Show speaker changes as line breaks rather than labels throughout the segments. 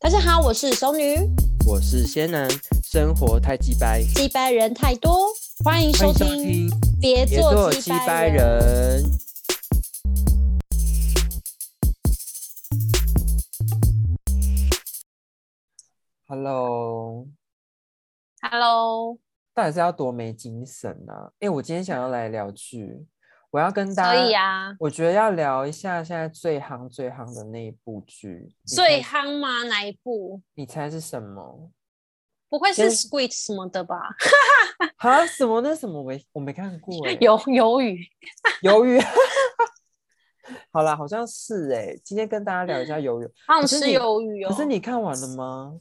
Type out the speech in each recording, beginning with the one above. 大家好，我是熟女，
我是仙男，生活太鸡掰，
击败人太多，欢迎收
欢
听，
迎收听
别
别
做
做
击
鸡
败
掰
人。
人。Hello，
Hello，
到底是要多没精神啊？哎、我今天想要来聊剧，我要跟大
所
家，
以啊，
我觉得要聊一下现在最夯最夯的那一部剧，你
最
猜
夯吗？哪一部？
你猜是什么？
不会是
先
Squid 什么的吧？
啊，什么？那什么我没我没 看过、欸，
鱿鱿鱼，
鱿鱼。 好啦，好像是哎、今天跟大家聊一下鱿鱼。
好想
可是
吃
你
鱿鱼哦。
可是你看完了吗？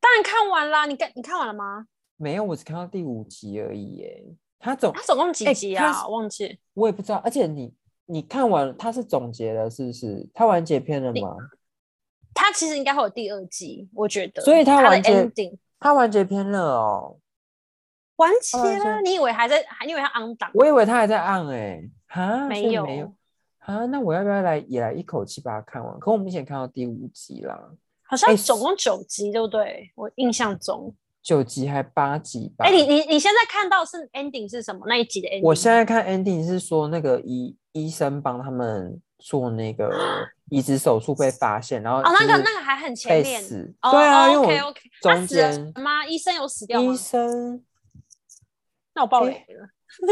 当然看完啦，你看你看完了吗？
没有，我只看到第五集而已耶。他总
它总共几
哎
集
它
啊？
是
忘记。
我也不知道，而且你你看完他是总结了是不是？他完结篇了
你
吗？
它其实应该会有第二季，我觉得。
所以它
它的
完结
ending
他完结篇了哦，
完结
完结
了，你以为还在？还你以为它 on 档？
我以为他还在按哎，哈，
没
所以
有
没有啊。那我要不要来也来一口气把它看完？可我目前看到第五集啦，
好像
哎
总共九集，对不对？我印象中，
九集还八集吧。
哎、你你你现在看到是 ending 是什么？那一集的 ending？
我现在看 ending 是说那个医医生帮他们做那 个移植手术被发现，然后
哦，那
就
个
是
那个还很前
被
面，
死，
哦、
对啊，
哦
因为
OK
我
OK，
中
他死
间
了吗？医生有死掉吗
医？生
那我爆
医
雷了。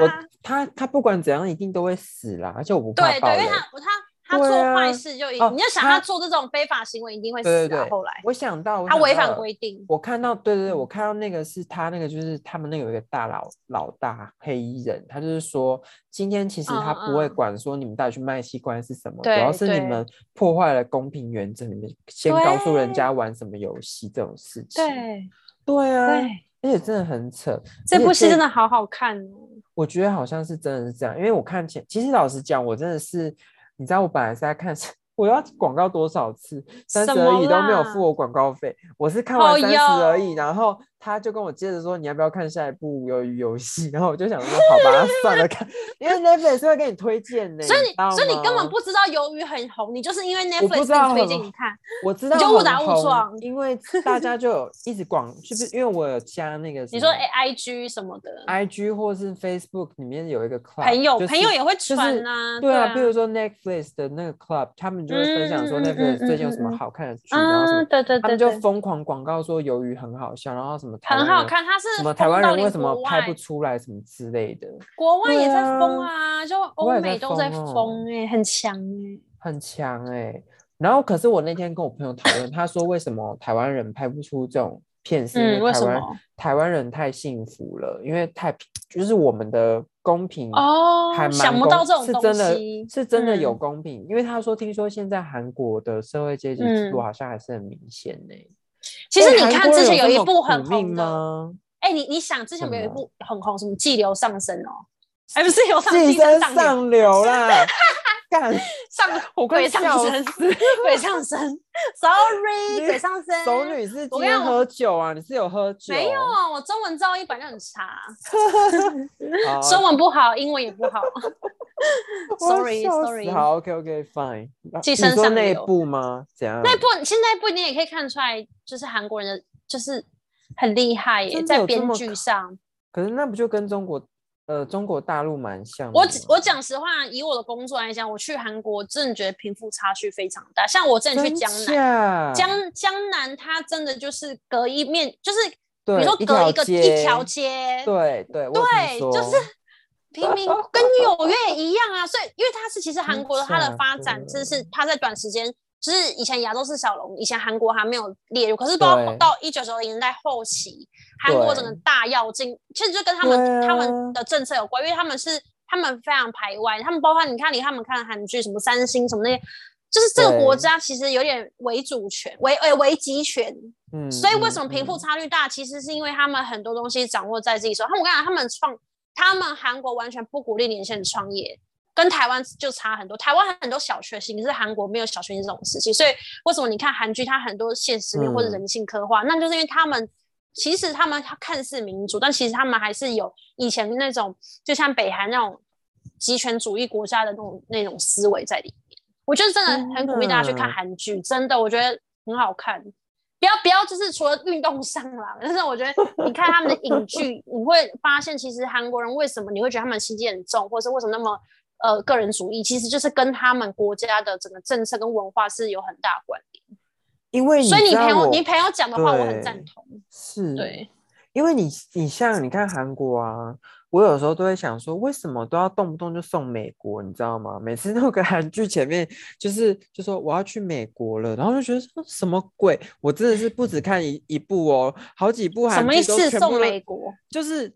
我他他不管怎样一定都会死啦，而且我不 怕
对
爆
对，因
雷
为。他他他
对
做坏
啊
事就一，
哦
你要想
他
他做这种非法行为一定会死啊。
对对对，
后来
我想到我
他
想
违
到
反
了
规定，
我看到，对对
嗯
对，我看到那个是他那个，就是他们那个有一个大老老大黑衣人，他就是说，今天其实他不会
嗯嗯
管说你们到底去卖器官是什么，主
对
要是你
对
们破坏了公平原则，你们先告诉人家玩什么游戏这种事情。
对
对啊，
对，
而且真的很扯。
这
而且
部戏
这
真的好好看哦。
我觉得好像是真的是这样，因为我看前，其实老实讲，我真的是，你知道我本来是在看， 我要广告多少次，三十
什么
而已都没有
啦
付我广告费，我是看完
哦
三十而
哟
已，然后他就跟我接着说你要不要看下一部鱿鱼游戏， 然后我就想说好吧，算了 看，因为 Netflix 会给你推荐呢、
所以你
知道
所以你根本
吗
不知道鱿鱼很红，你就是因为
我不
Netflix
知道
给你推
很
荐
红
你看，
我知道
就误
很
打误
红
撞
因为大家就有一直广，就是因为我有加那个
你
什
说哎
么
A IG 什么的，
IG 或是 Facebook 里面有一个 club，
朋友
哎就是
朋友也会
就是
传呐，
对啊，
啊，
比如说 Netflix 的那个 Club，他们就会分享说
嗯嗯嗯
Netflix 最近有什
嗯嗯
么
嗯
好看的剧，然后什
嗯，
么，
对对
他
对
们就
对，
疯狂广告说鱿鱼很好笑，然后什么台
很
湾
好
人
看，它是
什么台
疯
湾
到
人为
连
什么
国
拍
外
不出来什么之类的，
国外也在疯
对
啊，就
国
欧
外也在
美都在
疯哦
疯哎，很强哎，
很强哎、然后可是我那天跟我朋友讨论，他说为什么台湾人拍不出这种片是
嗯
因
为
台
什
湾
么
台湾人太幸福了，因为太就是我们的公平
哦
还蛮
想不
公
到这种
是
东
真的
西
是真的有
嗯
公平，因为他说听说现在韩国的社会阶级制度
嗯
好像还是很明显呢、
其实
哎
你
韩
看
国
之
人
前
有
有
这
一
么
部
苦
很
命
红的，
吗？
哎，你你想之前
什
有一
么
部很红什么激流上升哦， 哎不是有上
寄
寄生
生
上流
上流 啦，干！
上
我快
鬼上
笑
身
死
鬼上 身，sorry
你
鬼上身，
熟女是
我
今
跟你
天
讲
喝酒啊？你是有喝酒？
没有啊，我中文造诣本来就很差，
好
中文不好，英文也不好。
我要
Sorry
笑
sorry
死好，OK OK fine。那
寄
你
生
说
上
那一
流
部吗？怎样？
那一部现在部你也可以看出来，就是韩国人的就是很厉害耶，
真的
在
有这
编
么
剧
靠
上。
可是那不就跟中国呃中国大陆蛮像的
我
吗
只我讲实话，以我的工作来讲，我去韩国真的觉得贫富差距非常大。像我之前去
真
江南，
假
江江南它真的就是隔一面，就是比如
对
说
一
隔一个
条
一条
街
街，
对对我有
对，
听
就是
说
平民跟纽约一样啊，所以因为它是其实韩国的它的
假
发展，
的
就是它在短时间，就是以前亚洲是小龙，以前韩国还没有列入，可是到
对
到一九九零年代后期，韩国整个大跃进，其实就跟他们、
对啊
他们的政策有关，因为他们是他们非常排外，他们包括你看你看他们看韩剧什么三星什么那些。就是这个
对
国家其实有点为主权、为呃为集权，
嗯，
所以为
嗯
什么贫富
嗯
差距大，其实是因为他们很多东西掌握在自己手。他们我跟你讲，他们创，他们韩国完全不鼓励年轻人创业，跟台湾就差很多。台湾很多小确幸，可是韩国没有小确幸这种事情。所以为什么你看韩剧，它很多现实面或者
嗯
人性刻画，那就是因为他们。其实他们看似民主，但其实他们还是有以前那种，就像北韩那种集权主义国家的那种那种思维在里面。我觉得真的很鼓励大家去看
天哪
韩剧，真的，我觉得很好看。不要不要，就是除了运动上啦， 但是我觉得你看他们的影 剧，你会发现其实韩国人为什么你会觉得他们心机很重，或者是为什么那么呃个人主义，其实就是跟他们国家的整个政策跟文化是有很大关联。
因为
所以你
哎知道
朋友
我
你朋友讲的话，我很
对嗯
赞同。
是
对，
因为你你像你看韩国啊，我有时候都会想说，为什么都要动不动就送美国，你知道吗？每次那个韩剧前面就是就说我要去美国了，然后就觉得说什么鬼？我真的是不只看一一部哦，好几部
什
韩
么意
剧都
思？
全部
送
都
美 国？
就是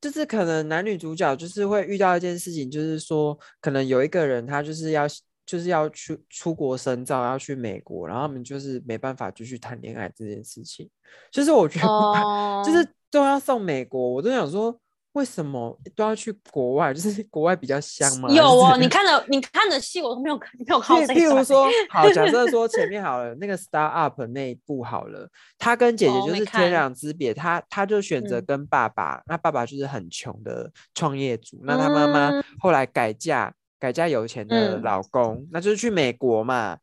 就是可能男女主角就是会遇到一件事情，就是说可能有一个人他就是要就是要去出国深造，要去美国，然后他们就是没办法继续谈恋爱这件事情，就是我觉得、
哦，
就是都要送美国，我都想说为什么都要去国外？就是国外比较香吗？
有
还
哦，
是
你看的你看的戏我都没有看，没有看
譬
过这一
譬如
段
说，好，假设说前面好了，那个 Star Up 那一部好了，他跟姐姐
哦
就
没
是
看
天壤之别，他他就选择
嗯
跟爸爸，那爸爸就是很穷的创业主，那他妈妈后来改嫁，改嫁有钱的
嗯
老公，那就是去美国嘛，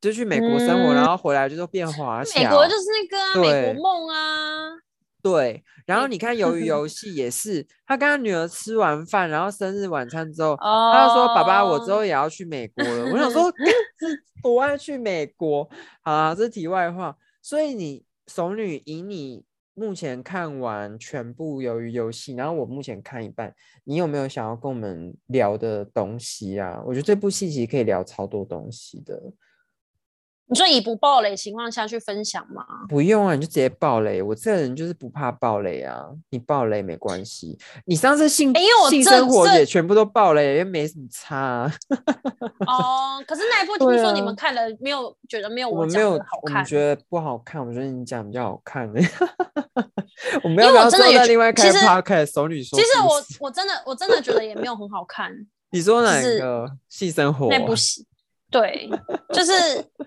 就去美国生活，然
嗯
后回来就都变华侨，
美国就是那个、啊、美
对
国梦啊，
对，然后
嗯
你 看《鱿鱼游戏》也是，他跟他女儿吃完饭，然后生日晚餐之后，
哦，
他就说：“爸爸，我之后也要去美国了。”我想 说，干是多爱去美国啊！这是题外话。所以你熟女以你目前看完全部《鱿鱼游戏》，然后我目前看一半，你有没有想要跟我们聊的东西啊？我觉得这部戏其实可以聊超多东西的，
你说以不暴雷情况下去分享吗？
不用啊，你就直接爆雷。我这个人就是不怕爆雷啊，你爆雷没关系。你上次性、
哎因为我
性
这
生活
这
也全部都爆雷，也没什么差啊、
哦，可是那 一部
对
听说
啊
你们看了没有？觉得没有
我们没
讲
有
的好，
我
看
们觉得不好看，我觉得你讲比较好看、欸。 我们
因为
要不
我
要
真的
做
也
在
觉
另外
其
开
实
podcast 熟女说
其
故事？
实我我真的我真的觉得也没有很好 看
你说哪
是
一个性生活
那
啊
部戏，对，就是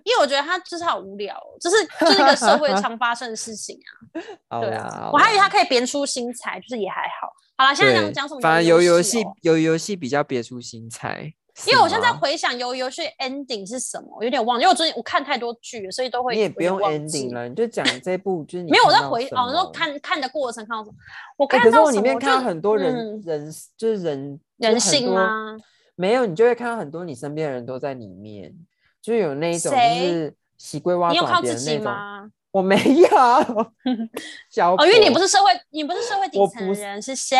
因为我觉得它就是好无聊哦，就是就是一个社会常发生的事情啊，
好
对
啦
啊，
好
我还以为
啦
它可以别出心裁，就是也还好。好啦，现在
对
讲讲什么？
反正
游
游游
戏
戏
哦，
游游戏比较别出心裁，
因为
是
我现在
吗
回想游游戏 ending 是什么，我有点忘了，因为我最近我看太多剧了，所以都会
你也
有
不
点
用
忘记
ending 了，你就讲这部就是你
没有，我
看
在
到
回
什
哦，那时候
么
看看的过程看到什么？我
哎
看
可是
到
我
什
里面
么
看到
就
很多人
嗯
人就是人就是
人
很
性
多
吗？
没有，你就会看到很多你身边的人都在里面，就有那一种就
谁
是洗龟挖
你有
爪
靠
别
自
人
己
那种。
吗？
我没 有，小
哦，因为你
博
不是社会，你不是社会底
我
层
不是
人，是谁？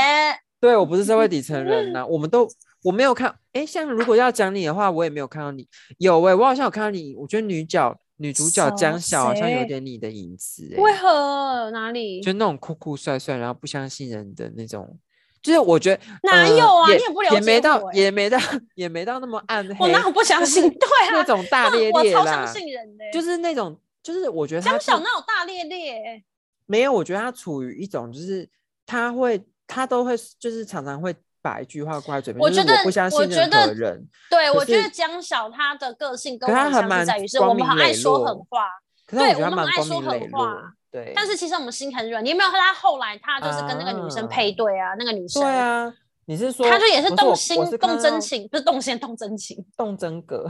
对我不是社会底层 人呐、我们都我没有看，诶，像如果要讲你的话，我也没有看到你有欸诶，我好像有看到你，我觉得女角女主角
什
江晓好像有
谁
点你的影子欸诶，
为何哪里？
就那种酷酷帅帅，然后不相信人的那种。就是我觉得
哪
呃
有啊
也
你也不了
也没
解
到
我，欸
也没到，也没到那么暗黑，
我那我不相信，对
那
啊，
种大
那
咧
我
咧
超相
啦，
信人的欸。
就是那种，就是我觉得他
江小那种大咧咧，
没有，我觉得他处于一种就是他会他都会就是常常会把一句话挂在嘴边，
我
就是
觉得
我不相
我
信
觉
任
得
何人，
对我
可
觉
是
得江小她的个性跟
可
我
她
很
很
相似
蛮
在于是
光
我们
明
很爱
磊
说
落
狠话，
可是我
对
觉得
我
他
那么
蛮
爱
光
说
明
狠
磊
话
落，对，
但是其实我们心很软。你有没有看她后来她就是跟那个女生配对啊？那个女生
对，啊，你是说
她就也
不
是
我
动
我
心
是看
动真
到
情，不是动心动真情。
动真格，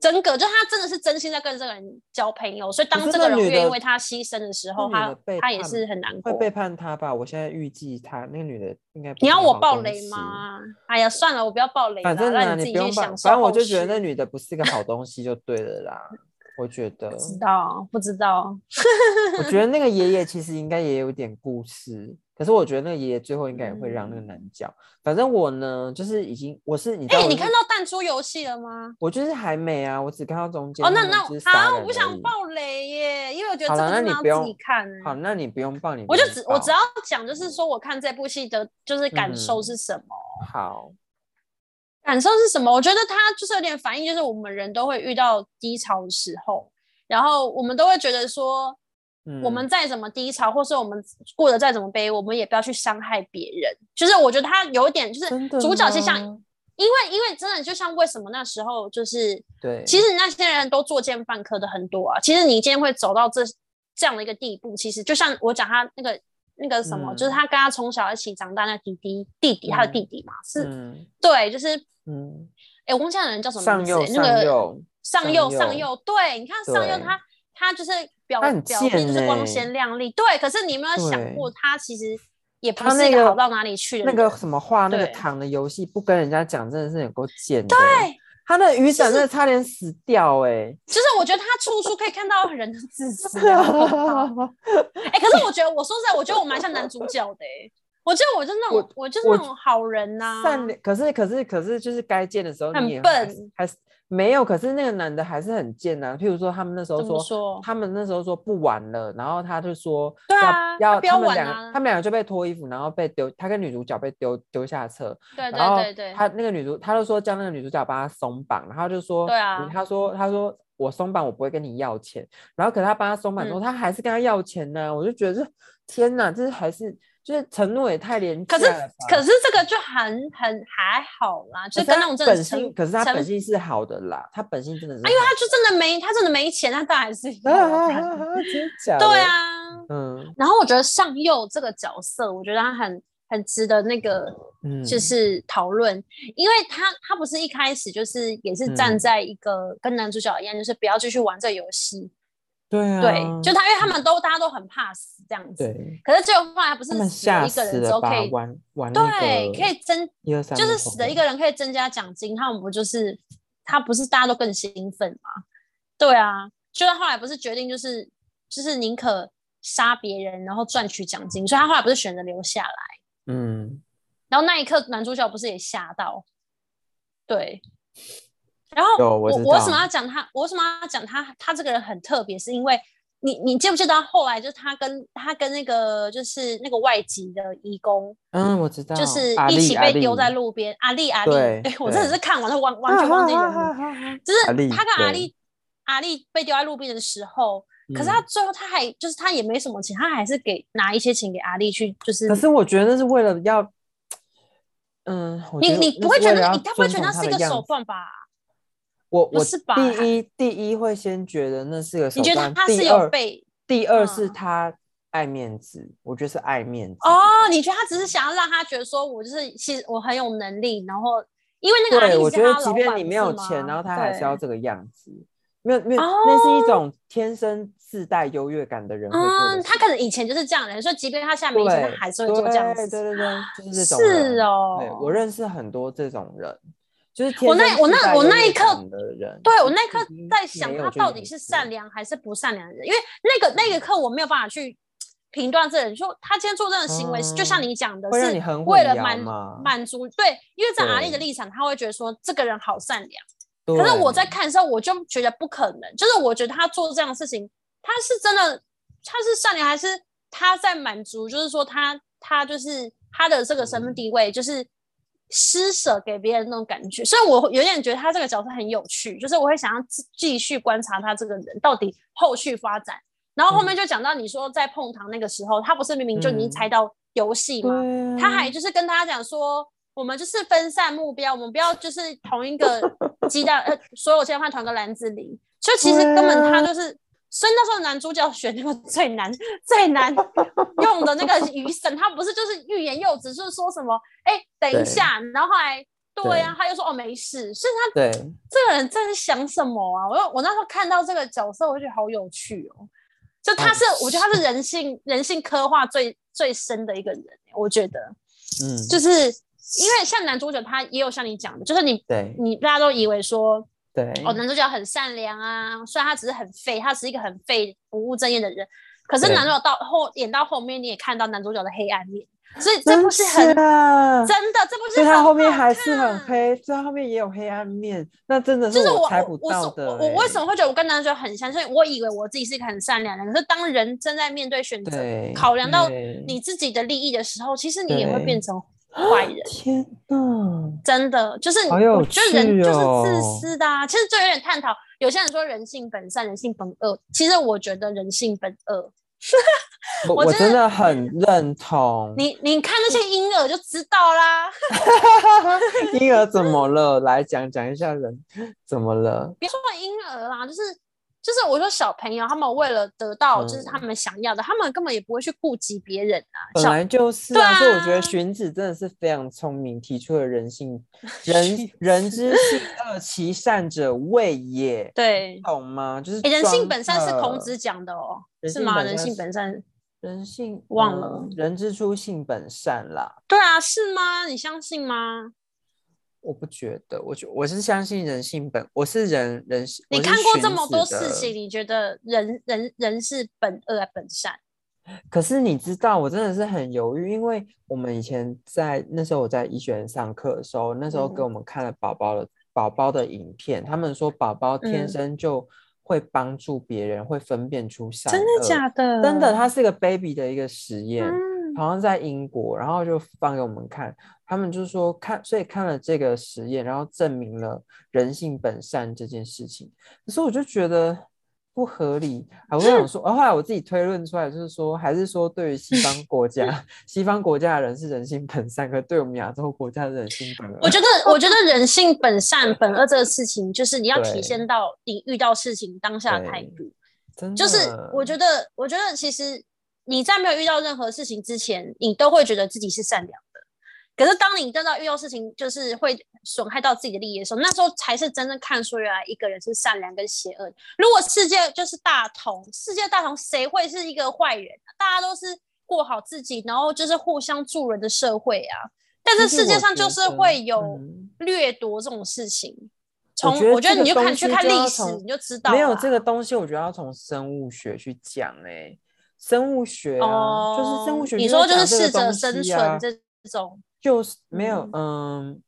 真格，就他真的是真心在跟这个人交朋友，所以当
是
这个
那
人
女
愿意
的
为他牺牲的时候，
那女
他
的背
他也
叛
是很难
会
过。
背叛他吧？我现在预计他那个女的应该不
你要
是
我
好
爆
东
雷
西？
吗？哎呀，算了，我不要爆雷了，
反正呢、
让自
你
己
不
去
用
享
放，
受
反正我
后
就觉得
续
那女的不是个好东西就对了啦。我觉得，
不知道不知道，
我觉得那个爷爷其实应该也有点故事，可是我觉得那个爷爷最后应该也会让那个男角。反正我呢，就是已经我是你知
嗯
道
哎、
我是，
你看到弹珠游戏了吗？
我就是还没啊，我只看到中间
哦，
他
那
们
那
就是杀人而已。
啊，我不想爆雷耶，因为我觉得
好
这个
啦那
真的
你不
要
用
自己看、欸。
好，那你不用报，你不
我就
用
只我只
报
要讲，就是说我看这部戏的，就是感受
嗯
是什么。
好，
感受是什么？我觉得它就是有点反映，就是我们人都会遇到低潮的时候，然后我们都会觉得说，
嗯，
我们再怎么低潮，或是我们过得再怎么卑微，我们也不要去伤害别人。就是我觉得他有一点，就是
真的
主角其实像，
吗
因为因为真的就像为什么那时候就是，
对，
其实那些人都作奸犯科的很多啊。其实你今天会走到这这样的一个地步，其实就像我讲他那个那个什么，
嗯
就是他跟他从小一起长大那弟弟弟弟，他的
嗯
弟弟嘛，是
嗯
对，就是。
嗯，
哎、我忘记那人叫什么
上
名字、
右
欸，那
上
个
右
上
上
右
右
上右，对，你看上右
对
他他就是表
他很
表面就
贱
是光
欸
鲜亮丽，对。可是你有没有想
对
过，他其实也不
他
是
那
一个
个
好到哪里去的
那
人
个什么画那个
对
糖的游戏，不跟人家讲，真的是有够贱的。
对，
他的雨伞
是
真的差点死掉哎、欸！
就是我觉得他处处可以看到人的 自私、
对
啊。
啊，
哎、可是我觉得，我说实在，我觉得我蛮像男主角的、欸。我觉得我就是那种，我就是那
我
种好人呐、
善良。可是可是可是，就是该贱的时候
很
你也
笨
还是，还是没有。可是那个男的还是很贱呐、啊。譬如说，他们那时候
怎么
说，
说？
他们那时候说不玩了，然后他就说
对
要
啊他
要
不要
他们
玩
两个
啊
他们两个就被脱衣服，然后被丢，他跟女主角被丢丢下车，
对
然后
对对对，
他那个女主，他就说叫那个女主角帮他松绑，然后就说，
对啊
他说他说我松绑我不会跟你要钱，然后可是他帮他松绑
嗯
之后，他还是跟他要钱呢、我就觉得这天哪，这还是就是承诺也太廉价
可是
了吧。
可是这个就很很还好啦，就
可
是跟那
他
种真
本
的成
性，可是他
成
本性是好的啦，他本性真的是好，
啊，因为他就真的没，他真的没钱，他当然还是有
啊啊啊
啊
啊啊 真的假的？
对，啊。
嗯
然后我觉得上佑这个角色，我觉得他很很值得那个
嗯，
就是讨论，因为他他不是一开始就是也是站
嗯
在一个跟男主角一样，就是不要继续玩这游戏，
对啊，
对，就他因为他们都大家都很怕死这样子，
对，
可是结果后来不是
他们
死了
吓
一个
死
人之后
了吧
可以？
玩玩那
对，
个
可以增
一二三，
就是死的一个人可以增加奖金，他们不就是他不是大家都更兴奋吗？对啊，就是后来不是决定就是就是宁可杀别人，然后赚取奖金，所以他后来不是选择留下来。
嗯，
然后那一刻，男主角不是也吓到？对。然后
有
我
我知
为什么
道
要讲他？我为什么要讲他？他这个人很特别，是因为你你记不记得后来就是他跟他跟那个就是那个外籍的义工，
嗯，我知道，
就是
阿
一
丽
起
阿
被丢
丽
在路边。阿丽阿丽，
对
对我真的
对
是看完了 完完
啊
全忘记人名，
名。
就
阿丽
是他跟阿
对
丽阿丽被丢在路边的时候，可是
嗯
他最后他还就是他也没什么钱，他还是给拿一些钱给阿丽去，就是
嗯，可是我觉得那是为了要，嗯，我
你
觉得
你
那
不会
是
觉
为了
得
要
你该不会
尊
觉得那
重他
是一个
的样
手
子？
段吧？
我
不
我
是吧
第一第一会先觉得那是个手
你觉得
段
他
第
是有
二
被
第二是
嗯
他爱面子，我觉得是爱面子。
哦？你觉得他只是想要让他觉得说我就是其实我很有能力，然后因为那个阿
对，
丽
我
是
觉得
他
即
老
便
板
你没有
是吗
钱，然后他还是
对哦
要这个样子，没有没有，那是一种天生自带优越感的人会做
嗯，
的
他
事。
可能以前就是这样的人，所以即便他现在没
对，
钱，他还是会做这样
对
子。
对对对，就是这种人。
是哦，
对我认识很多这种人，就是
我
天
那
生
我
自
那
带
我
优
那
越
一刻
感的人，
对我那一刻
已经
在想，
没有
他
就
到
已
底
经
是
死
善
了，嗯
良还是不善良的人，因为那个那一刻我没有办法去评断这人，说他今天做这样的行为，就像
嗯
你讲的，
会让
是
你很
为
混
了
淆
满
嘛
满足对，因为在阿丽的
对
立场，他会觉得说这个人好善良，
可
可是我在看的时候，我就觉得不可能，就是我觉得他做这样的事情，他是真的，他是善良还是他在满足？就是说他他就是他的这个身份地位，就是施舍给别人那种感觉。所以我有点觉得他这个角色很有趣，就是我会想要继继续观察他这个人到底后续发展。然后后面就讲到你说在碰糖那个时候，他不是明明就已经
嗯
猜到游戏吗？
对
他
啊
还就是跟大家讲说，我们就是分散目标，我们不要就是同一个鸡蛋，呃，所有鸡蛋放同一个篮子里。就其实根本他就是，所以那时候男主角选那个 最难最难用的那个雨伞，他不是就是欲言又止，就是说什么，哎、等一
对
下，然后后来。对呀、
对
他又说哦没事，所以他
对，
这个人在想什么啊？我我那时候看到这个角色，我就觉得好有趣哦。就他是，我觉得他是人性人性刻画最最深的一个人，欸我觉得。
嗯，
就是因为像男主角他也有像你讲的，就是你
对
你大家都以为说
对，
哦男主角很善良啊，虽然他只是很废，他只是一个很废不务正业的人，可是
对
男主角到后演到后面你也看到男主角的黑暗面，所以这
真
部戏很
假
真的，这部
所
戏
以他
很
后面
好
还是很
看。
黑，所以他后面也有黑暗面，那真的
就是是我
猜不
我
到
我
的
我我为
欸
什么会觉得我跟男主角很像？所以我以为我自己是一个很善良的人，可是当人正在面对选择、
欸对
考量到
对
你自己的利益的时候，其实你也会
对
变成坏人。
天哪，
真的就是，
好有
我觉得人
趣
就是自
哦
私的啊。其实就有点探讨，有些人说人性本善，人性本恶。其实我觉得人性本恶。
我
我
我
真的
真的很认同。
你你看那些婴儿就知道啦。
婴儿怎么了？来讲讲一下人怎么了？
别说婴儿啦，就是就是我说小朋友他们为了得到
嗯
就是他们想要的，他们根本也不会去顾及别人啊。
本
小
来就是
对
啊，所以我觉
啊
得荀子真的是非常聪明，提出了 人性人人之性恶，其善者畏也，
对、
懂吗？就是
诶人性
庄
本善是孔
特
子讲的哦，
呃人
是
性
吗？
本
人
善
性
是
本善，
人性
忘
嗯
了
人之初性本善啦，
对啊，是吗？你相信吗？
我不觉得，我觉我是相信人性本，我是人人性，
你
我是
看过
荀
这么
子
多
的
事情，，你觉得人人人是本恶还本善？
可是你知道，我真的是很犹豫，因为我们以前在那时候我在医学院上课的时候，那时候给
嗯
我们看了宝宝的宝宝的影片，他们说宝宝天
嗯
生就会帮助别人，会分辨出善
真的
恶
假的？
真的，它是一个 baby 的一个实验，
嗯
好像在英国，然后就放给我们看，他们就说看，所以看了这个实验，然后证明了人性本善这件事情。可是我就觉得不合理，啊，我就想说，啊后来我自己推论出来，就是说，还是说对于西 方国家，西方国家的人是人性本善，可对我们亚洲国家的人性本恶
我。觉得，我觉得人性本善本恶这个事情，就是你要体
对
现到你遇到事情当下的态
对
度。
真的，
就是
嗯
我觉得，我觉得其实你在没有遇到任何事情之前，你都会觉得自己是善良的。可是当你真的遇到事情，就是会损害到自己的利益的时候，那时候才是真正看出原来一个人是善良跟邪恶的。如果世界就是大同，世界大同，谁会是一个坏人啊、大家都是过好自己，然后就是互相助人的社会啊。但
其
是
实
世界
我
上
觉
就是
得
会有。
嗯
掠夺这种事情。从
觉得
我觉得
这
你
个
就看
东
去
西
看
就要
历史，
从
你就知道
没有
啦
这个东西，我觉得要从生物学去讲哎、生物学啊，就是生物
哦
学、
你说
就
就是适
要讲这个
者
东
生
西
存
啊
这种，
就是没有
嗯
嗯。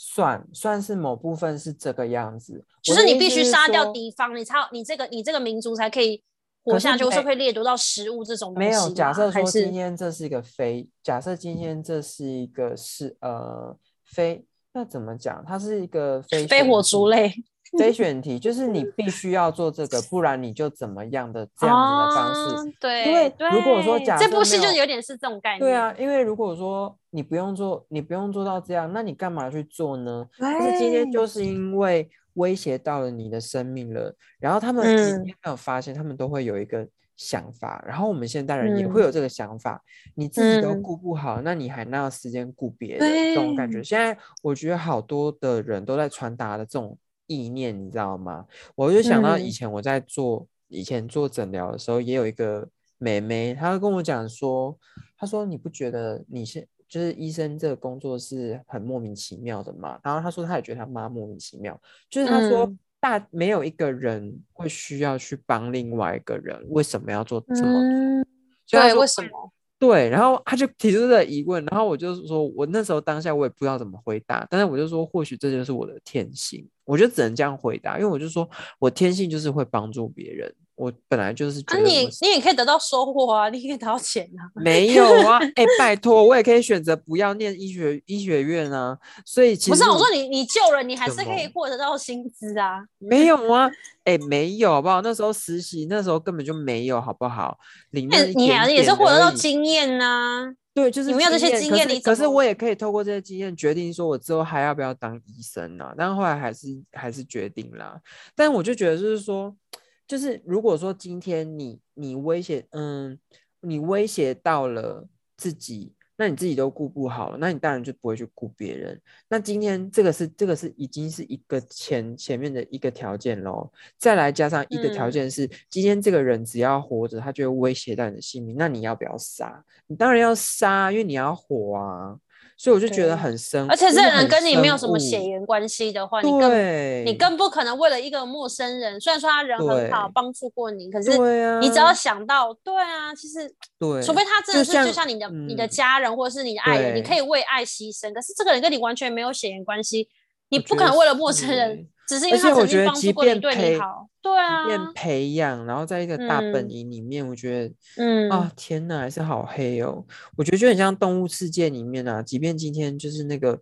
算算是某部分是这个样子，
就
我
是
的
你
意
必
思
须
是
杀掉
说
敌方，你才有你这个你这个民族才可以活
可是
下去，或是
每
会掠夺到食物这种东
没有
西，
假
吗
设
还
说
是
今天这是一个非，假设今天这是一个是呃非，那怎么讲？它是一个非
非
选
火
题
族类
非选题，就是你必须要做这个，不然你就怎么样的这样子的方式。
哦对，
因为如果我说
对
假
这
设
部
没
戏就
有
有点是这种概念，
对啊，因为如果说你不用做，你不用做到这样，那你干嘛去做呢？但是今天
对
就是因为威胁到了你的生命了，然后他们你
嗯
有没有发现，他们都会有一个想法，然后我们现代人也会
嗯
有这个想法，你自己都
嗯
顾不好，那你还哪有时间顾别人？这种感觉，
对
现在我觉得好多的人都在传达的这种意念，你知道吗？我就想到以
嗯
前我在做、以前做诊疗的时候，也有一个妹妹，她就跟我讲说，她说你不觉得你是就是医生这个工作是很莫名其妙的嘛？然后她说她也觉得她妈莫名其妙，就是她说。
嗯
大没有一个人会需要去帮另外一个人，为什么要做这么？
嗯，
所以她
对，
说
为什么？
对，然后他就提出这个疑问，然后我就是说，我那时候当下我也不知道怎么回答，但是我就说，或许这就是我的天性，我就只能这样回答，因为我就说我天性就是会帮助别人，我本来就是
啊，
觉得我
你
是
你也可以得到收获啊，你也可以得到钱啊，
没有啊，哎、拜托，我也可以选择不要念医学医学院啊，所以其
不
实
是啊，我说你你救了，你还
什
是可以
么
获得到薪资啊。
没有啊，哎、没有好不好？那时候实习那时候根本就没有好不好？里
那
面一
你还
点
也是
点
获得
而
到
已
经验呐、
对，就是
你没有这些经
可
验
是
你
可
怎
是
么
我也可以透过这些经验决定说，我之后还要不要当医生呢、但后来还是还是决定啦。但我就觉得就是说，就是如果说今天你你威胁，嗯，你威胁到了自己，那你自己都顾不好，那你当然就不会去顾别人。那今天这个是这个是已经是一个前前面的一个条件喽，再来加上一个
嗯
条件是，今天这个人只要活着，他就会威胁到你的性命，那你要不要杀？你当然要杀，因为你要活啊。所以我就觉
对
得很生，
而且
真
这
的
人
很
跟你没有
生
什么血
物
缘关系的话，你更
对，
你更不可能为了一个陌生人，虽然说他人很好，
对
帮助过你，可是
对啊，
你只要想到，对啊，其实
对，
除非他真
就
的是就
像
像你的你的
嗯
家人或者是你的爱人，你
对
可以为爱牺牲，可是这个人跟你完全没有血缘关系，你
我
不
觉
可
得
能为了陌
是
生人，只是因
而
为他
且我
曾
觉
经
得，
帮助
即
过你，
便
对你
培
好，对啊
即，便培养，然后在一个大本
嗯
营里面，我觉得
嗯，
啊，天哪，还是好黑哦！我觉得就很像动物世界里面啊，即便今天就是那个，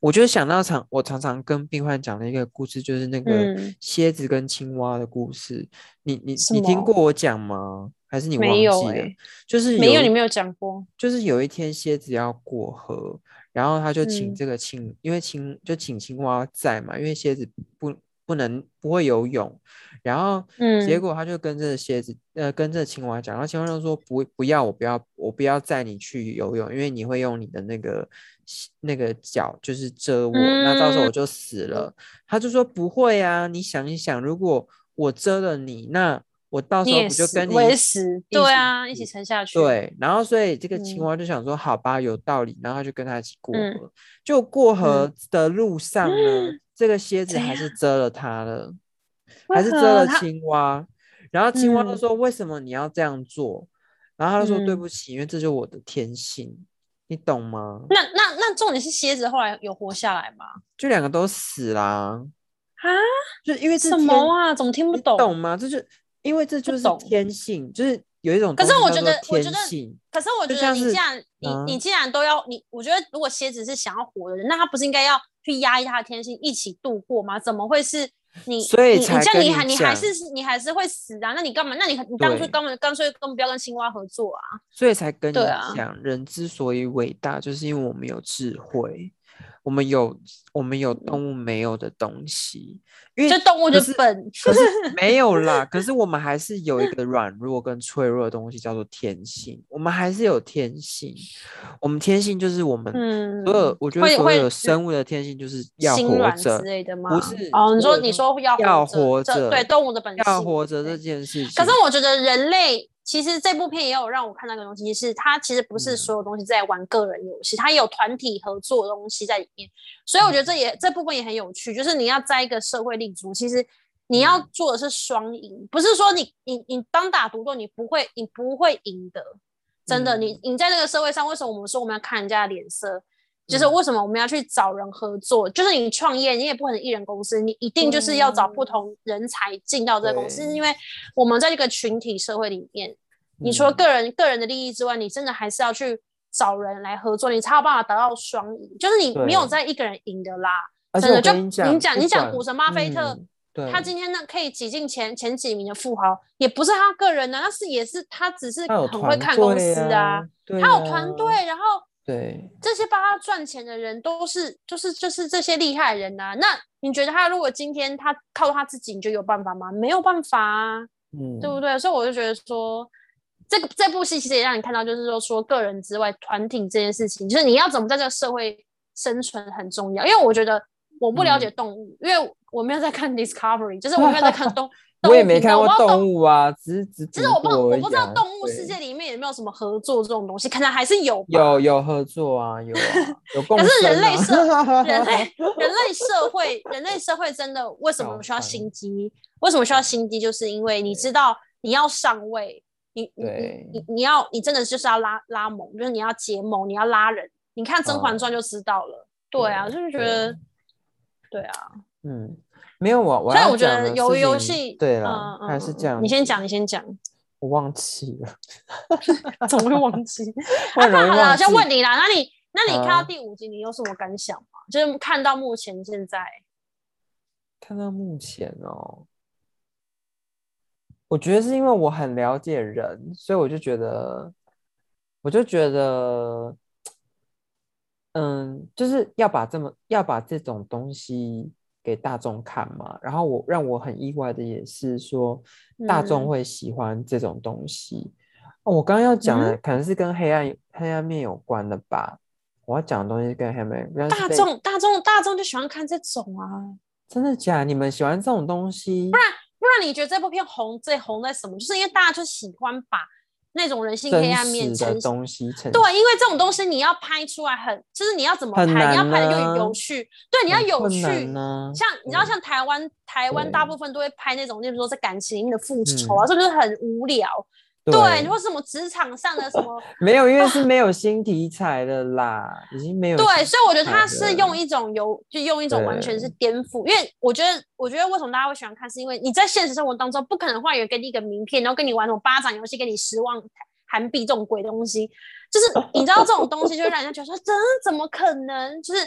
我就想到常我常常跟病患讲的一个故事，就是那个
嗯
蝎子跟青蛙的故事。你你
什
你听
么
过我讲吗？还是你忘
没
记
有
了？
欸
就是
没有
一
你没有讲过，
就是有一天蝎子要过河，然后他就请
嗯
这个青，因为青就请青蛙在嘛，因为蝎子不不不能不会游泳，然后
嗯
结果他就跟这个蝎子，呃，跟这个青蛙讲，然后青蛙就说不不要，我不要，我不要载你去游泳，因为你会用你的那个那个脚就是遮我，那到
嗯
时候我就死了。他就说不会啊，你想一想，如果我遮了你，那我到时
你
候
也
不就
死，
跟你
我也死，
一起
对啊，一起沉下去，，
对，然后所以这个青
嗯
蛙就想说，好吧，有道理，然后他就跟他一起过河。
嗯
就过河的路上呢，这个蝎子
怎
还是蛰了它了，
为
还是蛰
何
了
它
青蛙。然后青蛙就
嗯
说：“为什么你要这样做？”然后他就说：“对
嗯
不起，因为这就是我的天性，你懂吗
那那那重点是蝎子后来有活下来吗？？”
就两个都死啦，
啊，
就因为这
什
天
么啊？怎么听不
你
懂？
懂吗？这就因为这
不
就是
懂
天性，就是有一种
可
东
是
西
我
叫
觉
做
得我觉
天
得
性
可是我
就
觉得
像
你
是
既然你、
啊
你既然都要你，我觉得如果蝎子是想要活的人，那他不是应该要去压抑他的天性，一起度过吗？怎么会是你？
所以
你
才
你这样
跟
你
你
还你还
讲
是你还是会死啊？那你干嘛？那你你当初
对
根本干脆根本不要跟青蛙合作啊！
所以才跟你
对啊
讲，人之所以伟大，就是因为我们有智慧，我们有我们
嗯
有动物没有的东西。因
这
为
动物
可
就是笨，
可 是没有啦，可是我们还是有一个软弱跟脆弱的东西，叫做天性。我们还是有天性，我们天性就是我们
嗯，
所有，我觉得
会
所
会
有生物的天性就是要
心
活
软之
着，
类的吗？
不是
哦，你
所
说
有
你
东
说要
要活
活这
着
对动物的本性
要活着这
对
件事情。
可是我觉得人类其实这部片也有让我看到一个东西，是它其实不
嗯
是所有东西在玩个人游戏，它也有团体合作的东西在里面。所以我觉得这也、这部分也很有趣，就是你要在一个社会立足，其实你要做的是双赢，不是说你你你单打独斗你不会你不会赢的。真的，
嗯
你你在这个社会上，为什么我们说我们要看人家的脸色？就是
嗯
为什么我们要去找人合作？就是你创业，你也不可能一人公司，你一定就是要找不
对
同人才进到这个公司，
对
因为我们在这个群体社会里面，你除了
嗯
个人、个人的利益之外，你真的还是要去找人来合作，你才有办法达到双赢。就是你没有
对
在一个人赢的啦。
而且
真的
我
就
跟
你
讲，
讲
不
你讲
管
股神巴菲特
嗯对
他今天呢可以挤进前前几名的富豪，也不是他个人呢、那是也是他只是
他有
很会
团
看公
队
司啊，，
对
他有团
啊
队，然后
对，
这些帮他赚钱的人都是就是就是这些厉害人呐、那你觉得他如果今天他靠他自己，你就有办法吗？没有办法啊。
嗯，
对不对？所以我就觉得说，这个这部戏其实也让你看到，就是说，除了个人之外，团体这件事情，就是你要怎么在这个社会生存很重要。因为我觉得我不了
嗯
解动物，因为我没有在看 Discovery，就是我没有在看动，
我也没看过
物频道。我不知道
动物啊，只是只
其实我不
读过
我
而
不
已
知道
啊
动物世
对
界里面有没有什么合作这种东西，可能还是有吧。
有有合作啊，有 啊，有共
可是人
生
类
啊
社 人类人类社会，人类社会真的为什么
好
需要
烦
心机？为什么需要心机？就是因为你知道你要上位，你你
对
你你要你真的就是要拉拉盟，就是你要结盟，你要拉人。你看《甄嬛传》就知道了。对啊，
哦对
就是觉
对
得对啊，
嗯，没有我，我
所以
要
我觉
讲
得
的
由
事
于游
情
戏
对
嗯
了，
嗯
还是
嗯
这样，
你先讲，，你先讲，
我忘记了，
怎么会忘 记？
我很容易
好了，
忘
我
记
先。问你啦，那你那你看到
好
第五集，你有什么感想吗？就是看到目前现在，
看到目前哦，我觉得是因为我很了解人，所以我就觉得，我就觉得，嗯，就是要把这么要把这种东西给大众看嘛。然后我让我很意外的也是说，大众
嗯
会喜欢这种东西。哦，我刚刚要讲
嗯
的可能是跟黑暗黑暗面有关的吧。我要讲的东西跟黑暗面有关，但是
大
被
众大众大众就喜欢看这种啊。
真的假？你们喜欢这种东西？
不然你觉得这部片红最红在什么？就是因为大家就喜欢把那种人性
真
黑暗面
实
呈现。
的东西呈
对，因为这种东西你要拍出来很，就是你要怎么拍，
很
你要拍的
难
又
啊
有趣，对，你要
很
有
困
趣。
难呢、
像你知道，
对
像台湾台湾
对嗯
大部分都会拍那种，例如说在感情里面的复仇啊，是不是很无聊？
对，
或是什么职场上的什么，
没有，因为是没有新题材的啦，已经没
啊
有
对，
新
所以我觉得
好
他是
的
用一种有，就用一种完全是颠覆。因为我觉得，我觉得为什么大家会喜欢看，是因为你在现实生活当中不可能会有人给你一个名片，然后跟你玩那种巴掌游戏，给你十万韩币这种鬼东西。就是 你知道这种东西，就会让人家觉得说，真怎么可能？就是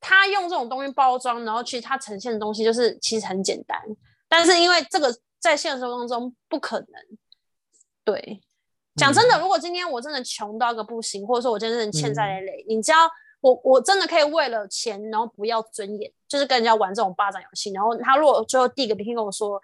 他用这种东西包装，然后其实他呈现的东西就是其实很简单，但是因为这个在现实生活当中不可能。
嗯嗯
对，讲真的，如果今天我真的穷到一个不行，或者说我真的欠债累累，你知道我我真的可以为了钱，然后不要尊严，就是跟人家玩这种巴掌游戏。然后他如果最后递个名片跟我说，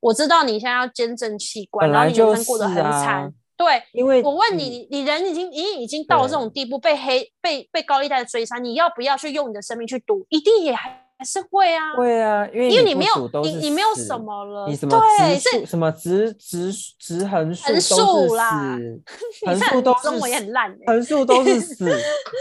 我知道你现在要捐赠器官，
本
然后
来
你人
就
生
是
过得很惨，
啊嗯
对。
因为
我问你，你人已经你已经到这种地步，被黑被被高利贷追杀，你要不要去用你的生命去赌？一定也还还是会啊，
会啊，因为
因为
你
没
不
有
赌都
你
是
你没有
死
什么了，
你什么
对，
直
是
数什么直直直横数
横
都
竖
是
啦
死，
你
横
看
竖都是
中文也
死
很烂欸
横竖都 是死，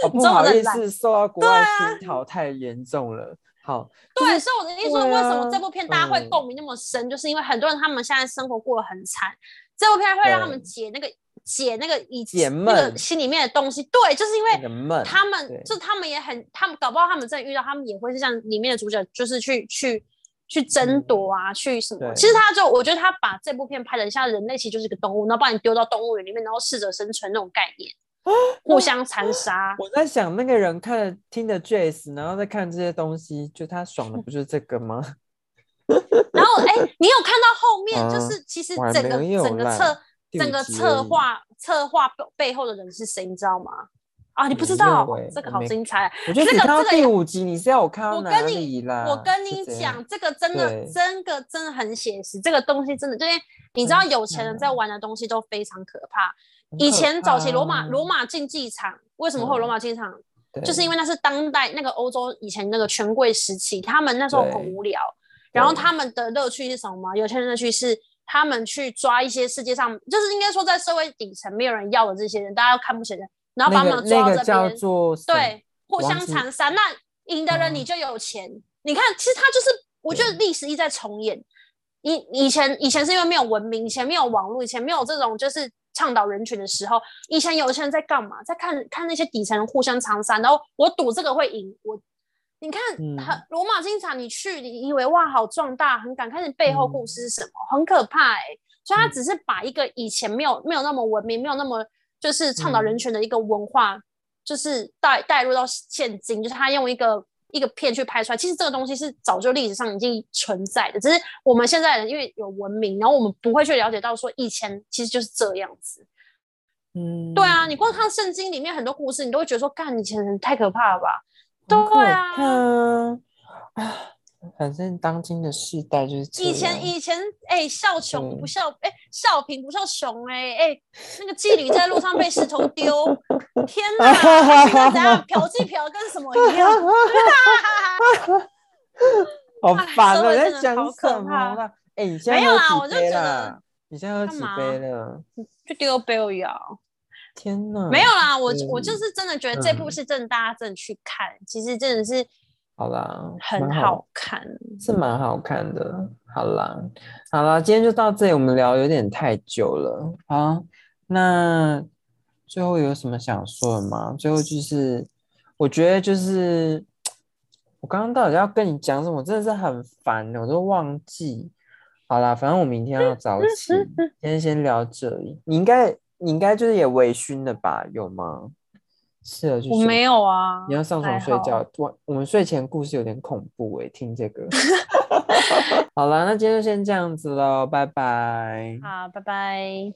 哦、不
中文
好
很
意
烂啊
思，受到国外熏陶太严重了。好，
对，所以我的意思说，
对
为什么
啊
这部片大家会
嗯
共鸣那么深，就是因为很多人他们现在生活过得很惨，这部片会让他们
对
解那个解那个以
解
那个
闷
心里面的东西。对，就是因
那
为
个闷，
他们
对
就他们也很，他们搞不好他们真的遇到，他们也会是像里面的主角，就是去去去争夺啊，去什么。
嗯对
其实他就我觉得他把这部片拍的像人类其实就是一个动物，然后把你丢到动物园里面，然后适者生存那种概 念，互相残杀。
我在想那个人看了听的 Jazz，然后再看这些东西，就他爽的不就是这个吗？
然后哎、你有看到后面就
啊
是其实
我还
整个
没有
整个
啦
策
第
整
五
个
集
策
而已
划策划背背后的人是谁，你知道吗？啊，你不知
没有
道，
欸
这个
我
好
没
精彩！
我觉得
这
你
个
看到
这个
第
也
五集，你是要我看到
我
哪
跟你
里啦？
我跟你
啊是这样
讲，，这个真的
对
真的真的很写实，这个东西真的就是你知道，
真
有钱人
的
在玩的东西都非常可怕。
很
以
可
前早期罗马
怕啊
罗马竞技场为什么会有罗
嗯
马竞技场？就是
对
因为那是当代那个欧洲以前那个权贵时期，他们那时候很
对
无聊，然后
对
他们的乐趣是什么吗？有钱人的乐趣是他们去抓一些世界上，就是应该说在社会底层没有人要的这些人，大家都看不起的，然后把
那
他
个
们抓
那
到
个
这边，
叫做什
对，互
王
相
子
残杀。那赢的人
哦
你就有钱，你看，其实他就是，我觉得历史一再重演。以以前以前是因为没有文明，以前没有网络，以前没有这种就是倡导人权的时候，以前有些人在干嘛？在看看那些底层人互相残杀，然后我赌这个会赢，我你看
嗯
很罗马竞技场，你去你以为哇好壮大，很敢，看你背后故
嗯
事是什么？很可怕哎、所以他
嗯
只是把一个以前没有没有那么文明，没有那么就是倡导人
嗯
权的一个文化，就是带带入到现今，就是他用一个一个片去拍出来。其实这个东西是早就历史上已经存在的，只是我们现在人因为有文明，然后我们不会去了解到说以前其实就是这样子。
嗯，
对啊，你光看圣经里面很多故事，你都会觉得说，干以前人太可怕了吧？
很可
对啊
怕啊，啊 反正当今的世代就是这
以前
样
以前哎、笑穷不
啊对
笑哎、笑贫不笑穷哎哎那个妓女在路上被石头丢，天哪，她去跟怎样嫖妓嫖跟什么哦一样？
好
哎
烦
社
哦！
会
你
真
在
的
讲
好可
什么啦？哎，你现在
没有
喝
啦
几
我就
杯
觉得
啦你现在喝
干
几
嘛
杯了？
就丢杯而已啊。
天哪！
没有啦，我我就
嗯
是真的觉得这部
嗯
是真的，大家真的去看，其实真的是
好啦，
很
蛮
好看。
是蛮好看的。好啦，好啦，今天就到这里，我们聊有点太久了。好，那最后有什么想说的吗？最后就是，我觉得就是，我刚刚到底要跟你讲什么，我真的是很烦，我都忘记。好啦，反正我明天要早起，今天先聊这里。你应该，你应该就是也微醺了吧？有吗？是啊，就
我
是
没有啊，
你要上
还
床睡
好
觉，我我们睡前故事有点恐怖哎、听 这个。 好了，那今天就先这样子喽，拜拜。
好，拜拜。